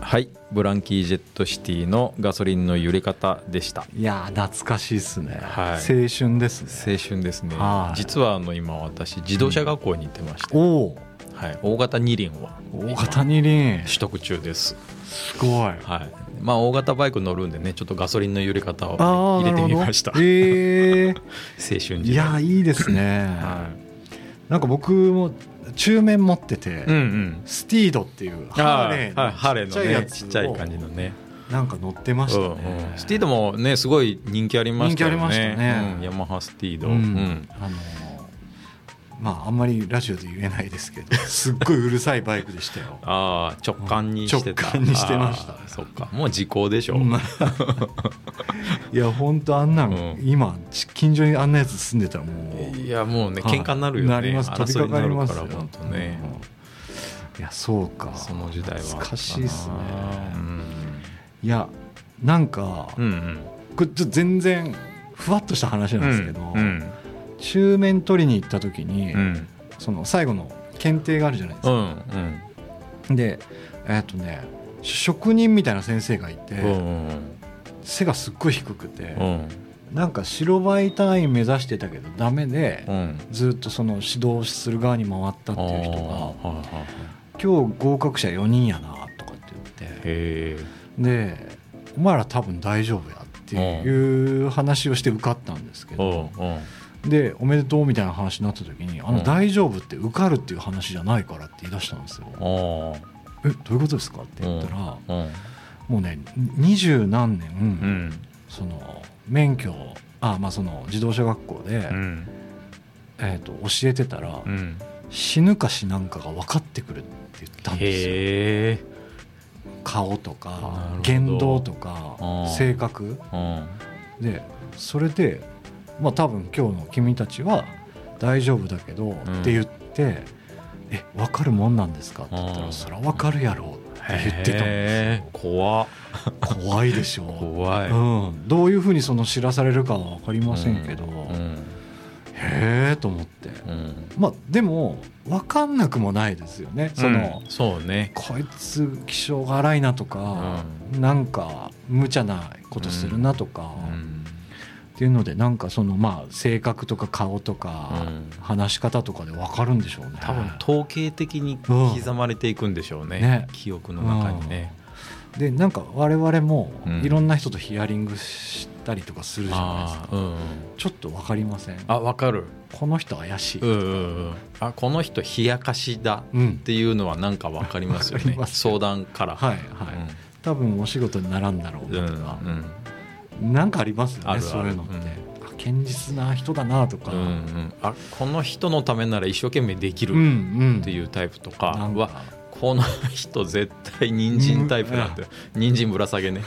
はいブランキー・ジェット・シティのガソリンの揺れ方でしたいやー懐かしいですね、はい青春ですね青春ですねはい実はあの今私自動車学校に行ってまして、おおはい、大型二輪はー大型二輪取得中です、すごいはいまあ、大型バイク乗るんでねちょっとガソリンの揺れ方をあー入れてみなるほどま した、えー、青春い時代やーいいですね、はいなんか僕も中面持ってて、うんうんスティードっていうハあーレーーはいハーレーのちっちゃいのやねつちっをちゃい感じのねなんか乗ってましたね、うんうんスティードもねすごい人気ありましたよね人気ありましたねうんヤマハスティード、うんうんあのまああんまりラジオで言えないですけどすっごいうるさいバイクでしたよああ直感にしてた直感にしてましたあーそっかもう時効でしょ、うん いや本当あんなの、うん今ち近所にあんなやつ住んでたらもういやもうねはい喧嘩になるよね、なります飛び争いかにかなりるますかよら本当ね、いやそうかその時代は懐かしいっすねうんいやなんか、うんうんこれちょっと全然ふわっとした話なんですけど、うん中面取りに行った時に、うんその最後の検定があるじゃないですうか、んうんでえっ、とね職人みたいな先生がいて、うん背がすっごい低くて、うんなんか白バイ隊員目指してたけどダメで、うんずっとその指導する側に回ったっていう人あーがはいはいはい「今日合格者4人やな」とかって言ってへで「お前ら多分大丈夫や」っていう話をして受かったんですけえうんど、うんで「おめでとう」みたいな話になった時に「あうのん大丈夫って受かるっていう話じゃないから」って言い出したんですよ。あえどういうことですかって言ったら、あうんもうね二十何年、うんその免許をあまあその自動車学校で、うんえー、と教えてたら、うん死ぬか死なんかが分かってくるって言ったんですよへえ顔となるほかど言動とかあー性格うんでそれでまあ多分今日の君たちは大丈夫だけどんって言って、え分かるもんなんですかって言ったうらんそりゃ分かるやろって言ってたんでへえ怖っすよ怖いでしょ怖いうん、どういうふうにその知らされるかは分かりませんけど、うんへえと思ってうんまあでも分かんなくもないですよねその、うんそうねこいつ気性が荒いなとか、なんか無茶なことするなとか、うんっていうのでなんかそのまあ性格とか顔とか、うん話し方とかで分かるんでしょうね多分統計的に刻まれていくんでしょうね,、うんね記憶の中にね、でなんか我々もうんいろんな人とヒアリングしたりとかするじゃないですあか、あうんちょっと分かりませんあ分かるこの人怪しい、うんうんうんあこの人冷やかしだうんっていうのはなんか分かりますよわかねります相談からはいはい、多分お仕事にならんだろううんうんなうとか、んなんかありますよねあるあるそういうのって、うんあ堅実な人だなとか、うんうんあこの人のためなら一生懸命できうんうるんっていうタイプとかなんかはこの人絶対人参タイプだって人参ぶら下 げね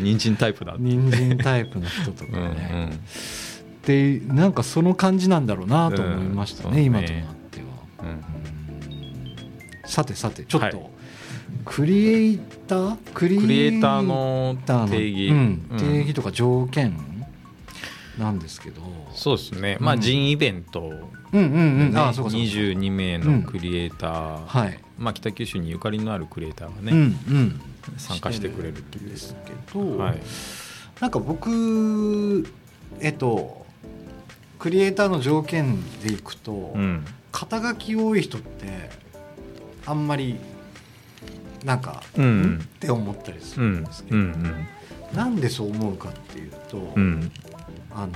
人参タイプだって人参タイプの人とかうねんうんでなんかその感じなんだろうなと思いましたね、うん今そうとねなっては。うんうんさてさてちょっと、はクリエイタークリクリエイターのターの定義、うんうん定義とか条件なんですけど、そうですね、まあ、うん人イベント、ねうんうんうん、あそうかそうか22名のクリエイター、はい、まあ、北九州にゆかりのあるクリエイターがうね、んうん参加してくれるってんいうですけど、はいなんか僕えっとクリエイターの条件でいくと、うん、肩書き多い人ってあんまりなんか、うんんって思ったりすうるんんですけうど、んなんでそう思うかっていうと、うんあの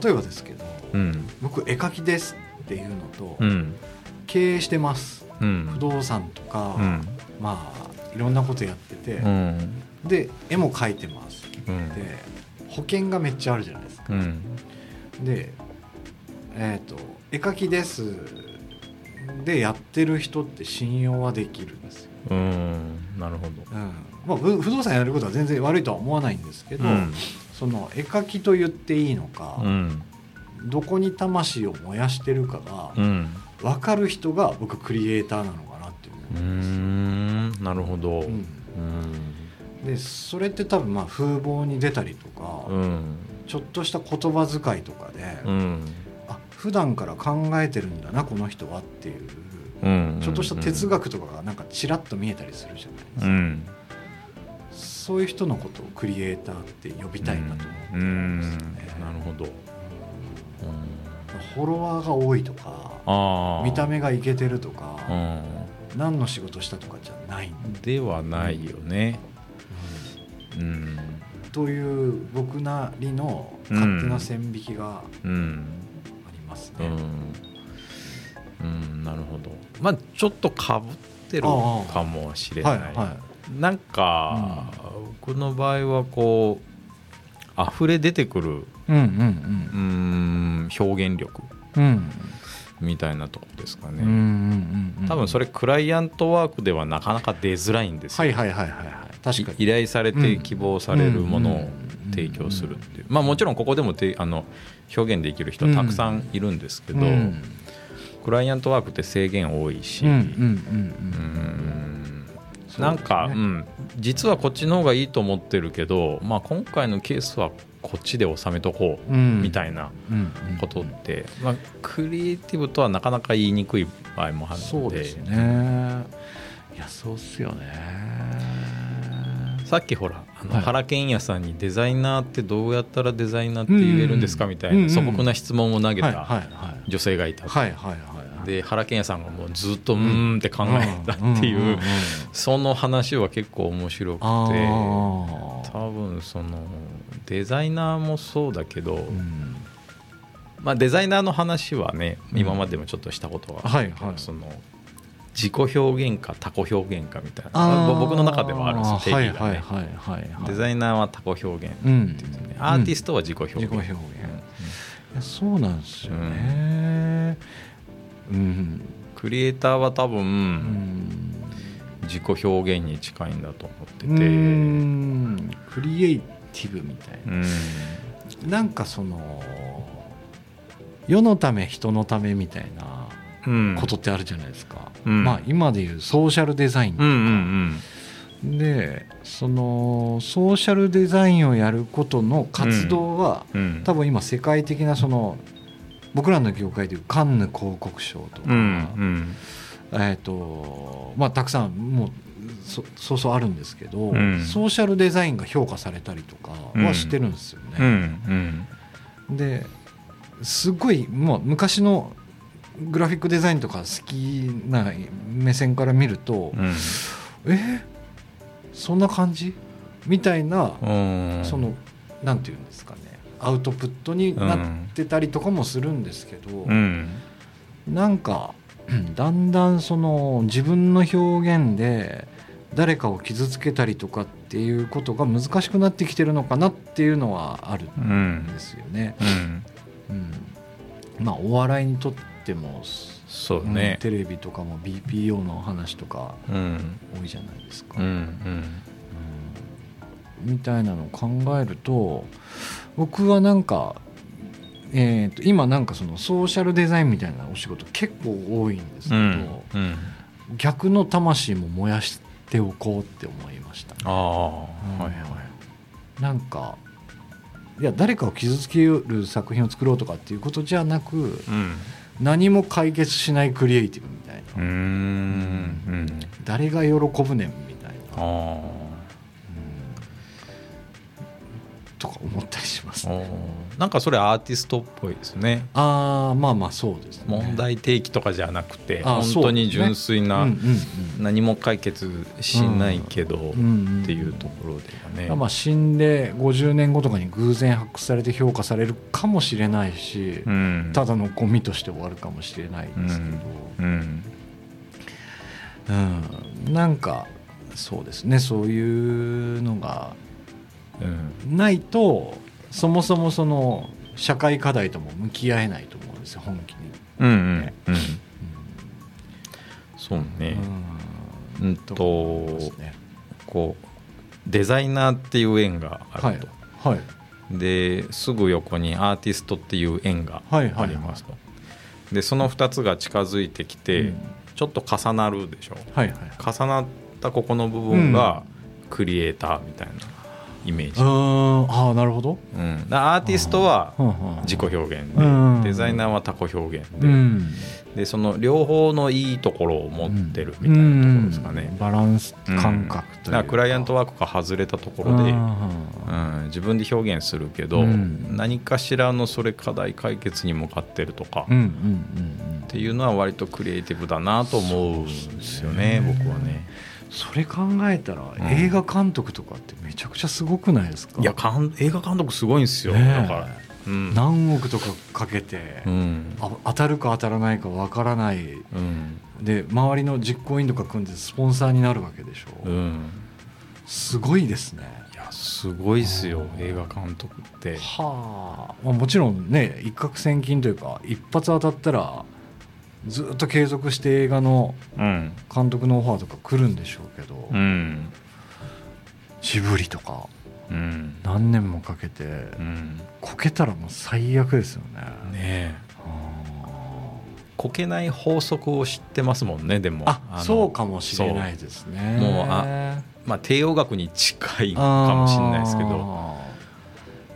例えばですけどうん僕絵描きですっていうのと、うん経営してますうん不動産とか、うんまあいろんなことやってて、うんで絵も描いてますうでん保険がめっちゃあるじゃないですか。うんでえっ、と絵描きですでやってる人って信用はできるんですよ、うんなるほどうんまあ、ぶ不動産やることは全然悪いとは思わないんですけど、うんその絵描きと言っていいのうか、んどこに魂を燃やしてるかがうん分かる人が僕クリエイターなのかなって思うーうんですよ、んなるほどううんんでそれって多分まあ風貌に出たりとか、うんちょっとした言葉遣いとかで、うんあ普段から考えてるんだなこの人はっていううんうんうんちょっとした哲学とかがなんかちらっと見えたりするじゃないですうか、んそういう人のことをクリエイターって呼びたいなうと思ってんますよね、なるほど、うん、フォロワーが多いとかああ見た目がイケてるとうか、ん何の仕事したとかじゃない、ではないよねうんという僕なりの勝手な線引きがうんありますうね。ん、うん、なるほどまあちょっとかぶってるかもしれな、はいいはなんか、僕の場合はこう溢れ出てくるい。ううーんん表現力うんうん。うんみたいなとこですかうんうね、んうん。多分それクライアントワークではなかなか出づらいんですはよ、いはいはいはいはい。確かに。依頼されて希望されるものを提供するっていう、まあ、もちろんここでもてあの表現できる人たくさんいるんですけけど、クライアントワークって制限多いし、うんうんうんうーうん。んなんか、うん、実はこっちの方がいいと思ってるけど、まあ、今回のケースはこっちで収めとこううんみたいなうんことって、まあ、クリエイティブとはなかなか言いにくい場合もあるのでそうですね。いやそうっすよね。さっきほらあの、はい原健也さんにデザイナーってどうやったらデザイナーって言えるんですかみたいうんうなん素朴な質問を投げはいはいたはい。女性がいた、はいはいはい。で原健也さんがもうずっとうーんって考えたっていう、んんんんその話は結構面白くてあ多分そのデザイナーもそうだけど、ーうんまあ、デザイナーの話はねうん今までもちょっとしたことはあはいるけど、はいその自己表現か他己表現かみたいあなー僕の中ではあるんですよ定義がね、はいはいはいはいはいデザイナーは他己表現、うんアーティストトは自己表現、自己表現いやそうなんですよねうんクリエイターは多う分ん自己表現に近いんだと思ってて、うーんクリエイティブみたいうんななんかその世のため人のためみたいなうんことってあるじゃないですか、うんまあ今でいうソーシャルデザインとうか、んうんでそのソーシャルデザインをやることの活動は、うんうん多分今世界的なその僕らの業界でいうカンヌ広告賞とか、うんえーとまあ、たくさんもうそそうそうあるんですけど、うんソーシャルデザインが評価されたりとかはしてるんですようんうんうね。んですごいもう昔のグラフィックデザインとか好きな目線から見ると、うんえーそんな感じみたいな、うんそのなんていうんですかねアウトプットになってたりとかもするんですけど、うんなんか うんだんだんその自分の表現で誰かを傷つけたりとかっていうことが難しくなってきてるのかなっていうのはあるうんんですよね。うんうんまあ、お笑いにとっても、そううんねテレビとかも BPO の話とかうん多いじゃないですか。うんうんうんみたいなのを考えると僕はなんか、えー、と今なんかそのソーシャルデザインみたいなお仕事結構多いんですけうど、んうん逆の魂も燃やしておこうって思いました、ああうんはいはいなんかいや誰かを傷つける作品を作ろうとかっていうことじゃなくうん何も解決しないクリエイティブみたいな、うーんうん誰が喜ぶねんみたいあな、うんあとか思ったりしますね。おなんかそれアーティストっぽいですねあーまあまあそうですね問題提起とかじゃなくてあ本当にそうね純粋うんなうん何も解決しないけどうんうんんっていうところではねまあ死んで50年後とかに偶然発掘されて評価されるかもしれないし、うんただのゴミとして終わるかもしれないですけど、うんうんなんかそうですねそういうのがうんないとそもそもその社会課題とも向き合えないと思うんですよ本気に。うんうんうんそうねうんうんとと思いますねこうデザイナーっていう縁があると、はいですぐ横にアーティストっていう縁がはいはいありますと、でその2つが近づいてきて、うんちょっと重なるでしょはいはい重なったここの部分がクリエイターみたいな、イメーうジ、んああなるほど、うん、だからアーティストはうんうん自己表現うんでデザイナーは他己表現うで,、ん、でその両方のいいところを持ってるみたいなところですかね、うんバランス感覚というか,、だからクライアントワークが外れたところで、うん、自分で表現するけど、うん何かしらのそれ課題解決に向かってるとか、うんっうんうんうんていうのは割とクリエイティブだなと思うんですよねそうですね僕はね。それ考えたら映画監督とかってめちゃくちゃすごくないですか、いやかん映画監督すごいんですよ、ねえだから。うん何億とかかけて、うんあ当たるか当たらないかわからないうんで周りの実行委員とか組んでスポンサーになるわけでしょ、うん、すごいですねいやすごいですよ映画監督って。はあ、まあ、もちろんね一攫千金というか一発当たったらずっと継続して映画のうん監督のオファーとか来るんでしょうけど、うんジブリとかうん何年もかけてうんこけたらもう最悪ですよねねえあこけない法則を知ってますもんねでもーあのそうかもしれないですねそうもうあまあ、帝王学に近いかもしれないですけど、あ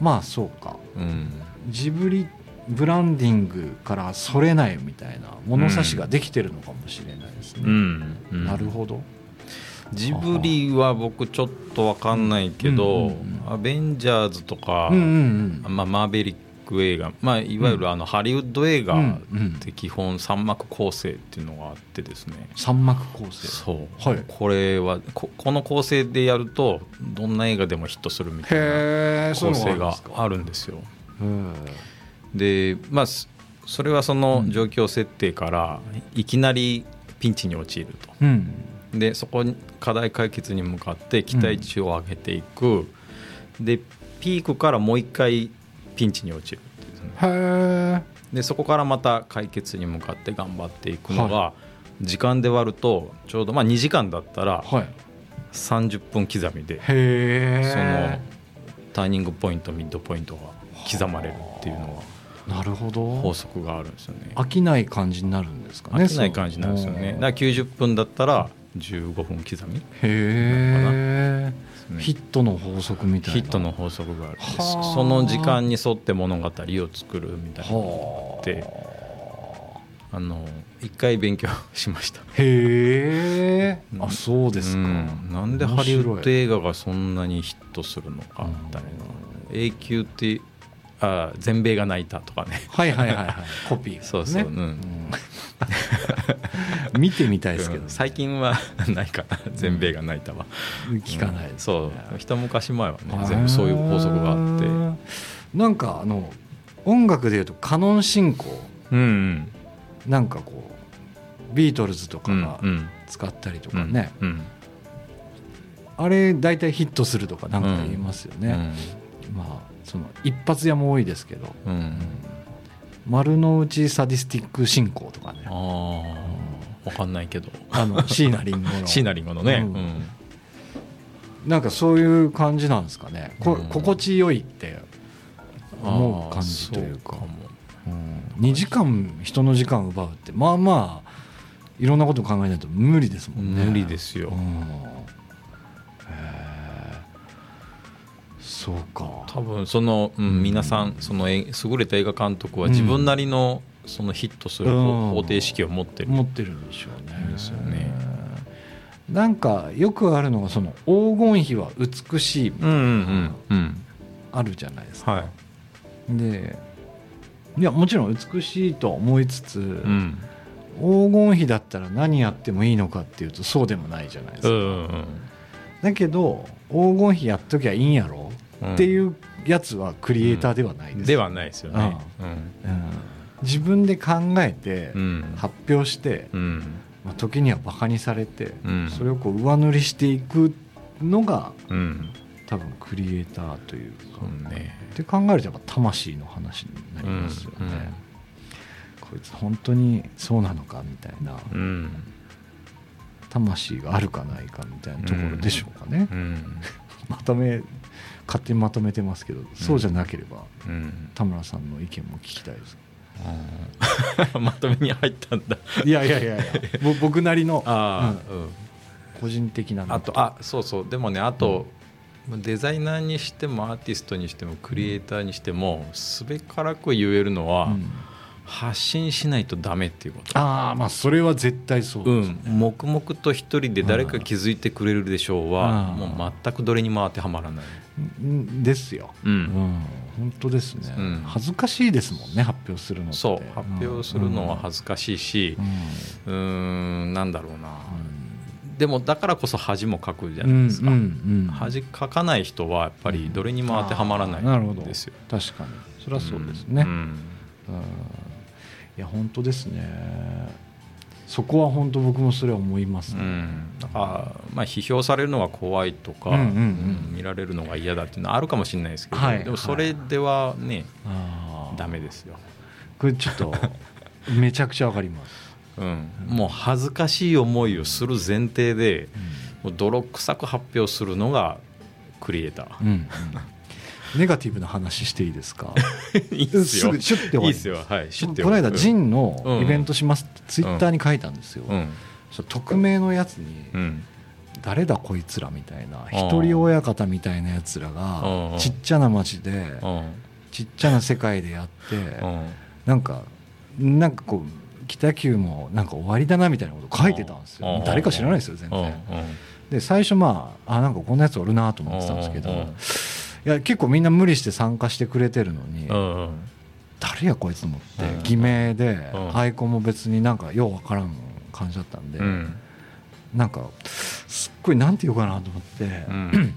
ーまあそうかうん、ジブリブランディングからそれないみたいな物差しができてるのかもしれないですね、うんうんなるほどジブリは僕ちょっとわかんないけど、うんうんアベンジャーズとか、うんうんまあ、マーベリック映画、まあ、いわゆるあのハリウッド映うんう画っんうんて基本三幕構成っていうのがあってですね、三幕構成そう、はいこれはここの構成でやるとどんな映画でもヒットするみたいなへえそう構いう成のががああるんですよ。るんですかへでまあすそれはその状況設定からいきなりピンチに陥るとえうんでそこに課題解決に向かって期待値を上げていく、でピークからもう一回ピンチに陥るっていうですねへえでそこからまた解決に向かって頑張っていくのが、時間で割るとちょうど、まあ、2時間だったらはい30分刻みでへそのえターニングポイントミッドポイントが刻まれるっていうのはなるほ法ど則があるんですよね。飽きない感じになるんですかね飽きない感じなんですよね。だからへ90分だったら15分刻み、えねヒットの法則みたいなヒットの法則があるんですはあその時間に沿って物語を作るみたいなはあであの一回勉強しましたへえうんあそうですか、うんなんでハリウッド映画がそんなにヒットするのかみたいな永久ってあ全米が泣いたとかねはいはいはいはいコピー、ね、そうそう、うんうん 見てみたいですけうどん最近は ないかな全米が泣いたわ聞かないです、そう一昔前はね全部そういう法則があってうんてなんかあの音楽でいうとカノン進行うんなんかこうビートルズとうかんがうん使ったりとうかんね、うんあれ大体ヒットするとかなんか言いますよね、まあその一発屋も多いですけどうんうん丸の内サディスティック進行とかねああ分かんないけどあの椎名林檎 の椎名林檎のね、うんうんなんかそういう感じなんですかね、こうん心地よいって、思う感じというあーかそも2時間人の時間奪うってまあまあいろんなこと考えないと無理ですもんね無理ですようんへーそうか多分その、うん、皆さんそのえ優れた映画監督は自分なりのそのヒットするうん方方程式を持ってる、持ってるんでしょうねですよねなんかよくあるのがその黄金比は美しいうんうんうんうんあるじゃないですか、はい、でいやもちろん美しいとは思いつつ、うん黄金比だったら何やってもいいのかっていうとそうでもないじゃないですうか、んうんだけど黄金比やっときゃいいんやろうん、っていううやつはクリエイターではないです、ではないですよねうんうん自分で考えてうん発表して、うんまあ、時にはバカにされて、うんそれをこう上塗りしていくのがうん多分クリエイターというそか、うねって考えるとやっぱ魂の話になりますよね、こいつ本当にそうなのかみたいな、うんうん魂があるかないかみたいなところでしょうかね、うんまとめ勝手にまとめてますけど、そうじゃなければうん田村さんの意見も聞きたいです まとめに入ったんだいやいやいやいや ぼ僕なりのああ、うん個人的なのあとあそうそうでもねあと、まあデザイナーにしてもアーティストにしてもクリエイターにしてもすべからく言えるのは、うん発信しないとダメっていうこと。ああまあそれは絶対そううですん、黙々と一人で誰か気づいてくれるでしょうはうんもう全くどれにも当てはまらない、うんですよ、ううんん本当ですね、うん恥ずかしいですもんね発表するのってそう発表するのは恥ずかしいしうんうーんなんだろうなうでもだからこそ恥もかくじゃんうなんいですか、うんうん恥かかない人はやっぱりどれにも当てはまらないあーなるほんどですよ、確かにそれはそうですね、んうんいや本当ですねそこは本当僕もそれは思います、うねんだからまあ批評されるのが怖いとか、うんうんうんうん見られるのが嫌だっていうのはあるかもしれないですけど、はいでもそれではね、あーダメですよ、これちょ っとめちゃくちゃわかります、うん、もう恥ずかしい思いをする前提でもう泥臭く発表するのがクリエイタうんうんネガティブな話していいですかーいいっすすよぐシュッて終わいいりっすよはい知ってこの間ジンンのイベントしますってツイッターに書いたんですよ、うんそしたら匿名のやつにうん「誰だこいつら」みたいなあー一人親方みたいなやつらうんうがんちっちゃな町でうんちっちゃな世界でやってうんなんかなんかこう北九もなんか終わりだなみたいなこと書いてたんですうよん誰か知らないですよ全うん然で最初まああなんかこんなやつおるなと思ってたんですけどうんうんいや結構みんな無理して参加してくれてるのにうんうん誰やこいつと思ってうん偽名でうんアイコンも別になんかようわからん感じだったんでうんなんかすっごいなんて言うかなと思ってうん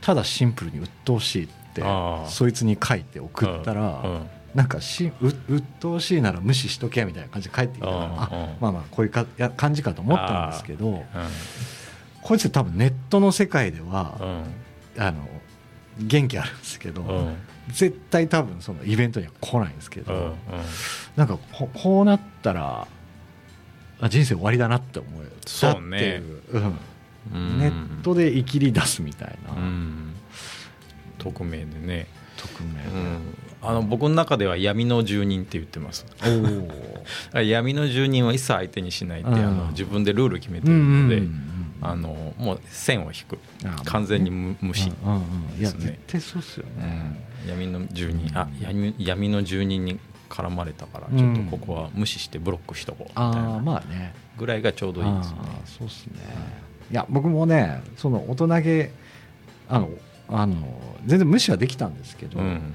ただシンプルに鬱陶しいってあーそいつに書いて送ったら、うんなんかしう鬱陶しいなら無視しとけみたいな感じで返ってきたからうんあうんまあまあこういうかや感じかと思ったんですけどうこいつ多分ネットの世界ではんあの元気あるんですけど、うんうん絶対多分そのイベントには来ないんですけうど、んうんなんかここうなったらあ人生終わりだなって思えたってそういねううんうんネットで生きり出すみたいな、うん匿名でね匿名で。うんあの僕の中では闇の住人って言ってますおー闇の住人は一切相手にしないってうんあの自分でルール決めてうるんのうんうでんあのもう線を引くあ完全に無無視うんうんうんいやですね絶対そうっすようねん、闇の住人あ闇闇の住人に絡まれたからうんちょっとここは無視してブロックしとこうみたいああなまあねぐらいがちょうどいいですねあーそうっすねいや僕もねその大人げあのあの全然無視はできたんですけど、うん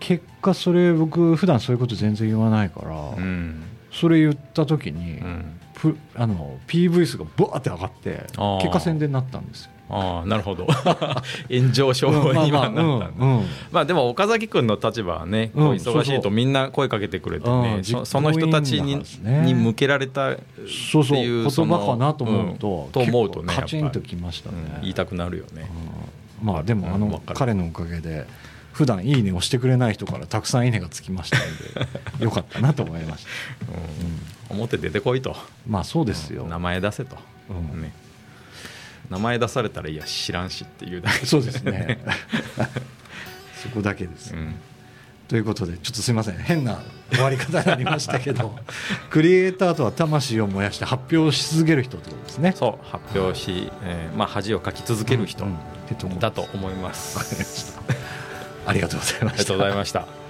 結果それ僕普段そういうこと全然言わないから、うんそれ言った時に、うんプあの PV 数がボーって上がってあー結果宣伝になったんですよ。ああなるほど 炎上症にはなったんだ、うんまあまあうんうんまあでも岡崎君の立場はね、うんこう忙しそういそとうみんな声かけてくれてね、うんそその人たちに,、実行委員だからですねに向けられたってそうそういう言その葉かなと思うと、んと思うとね結構カチンとやっきましたぱね、うん言いたくなるよね、うんまあでもあうんわのかる彼のおかげで普段いいねをしてくれない人からたくさんいいねがつきました んでよかったなと思いましたうん表出てこいとまあそうですよ、名前出せと、うんね、名前出されたらいや知らんしっていうだけそうですね そこだけです、うんということでちょっとすいません変な終わり方になりました けどクリエイターとは魂を燃やして発表し続ける人ってことですねそう発表し、えーまあ、恥をかき続ける人うんうんってとこだと思います、ありがとうございまありしがとたうございました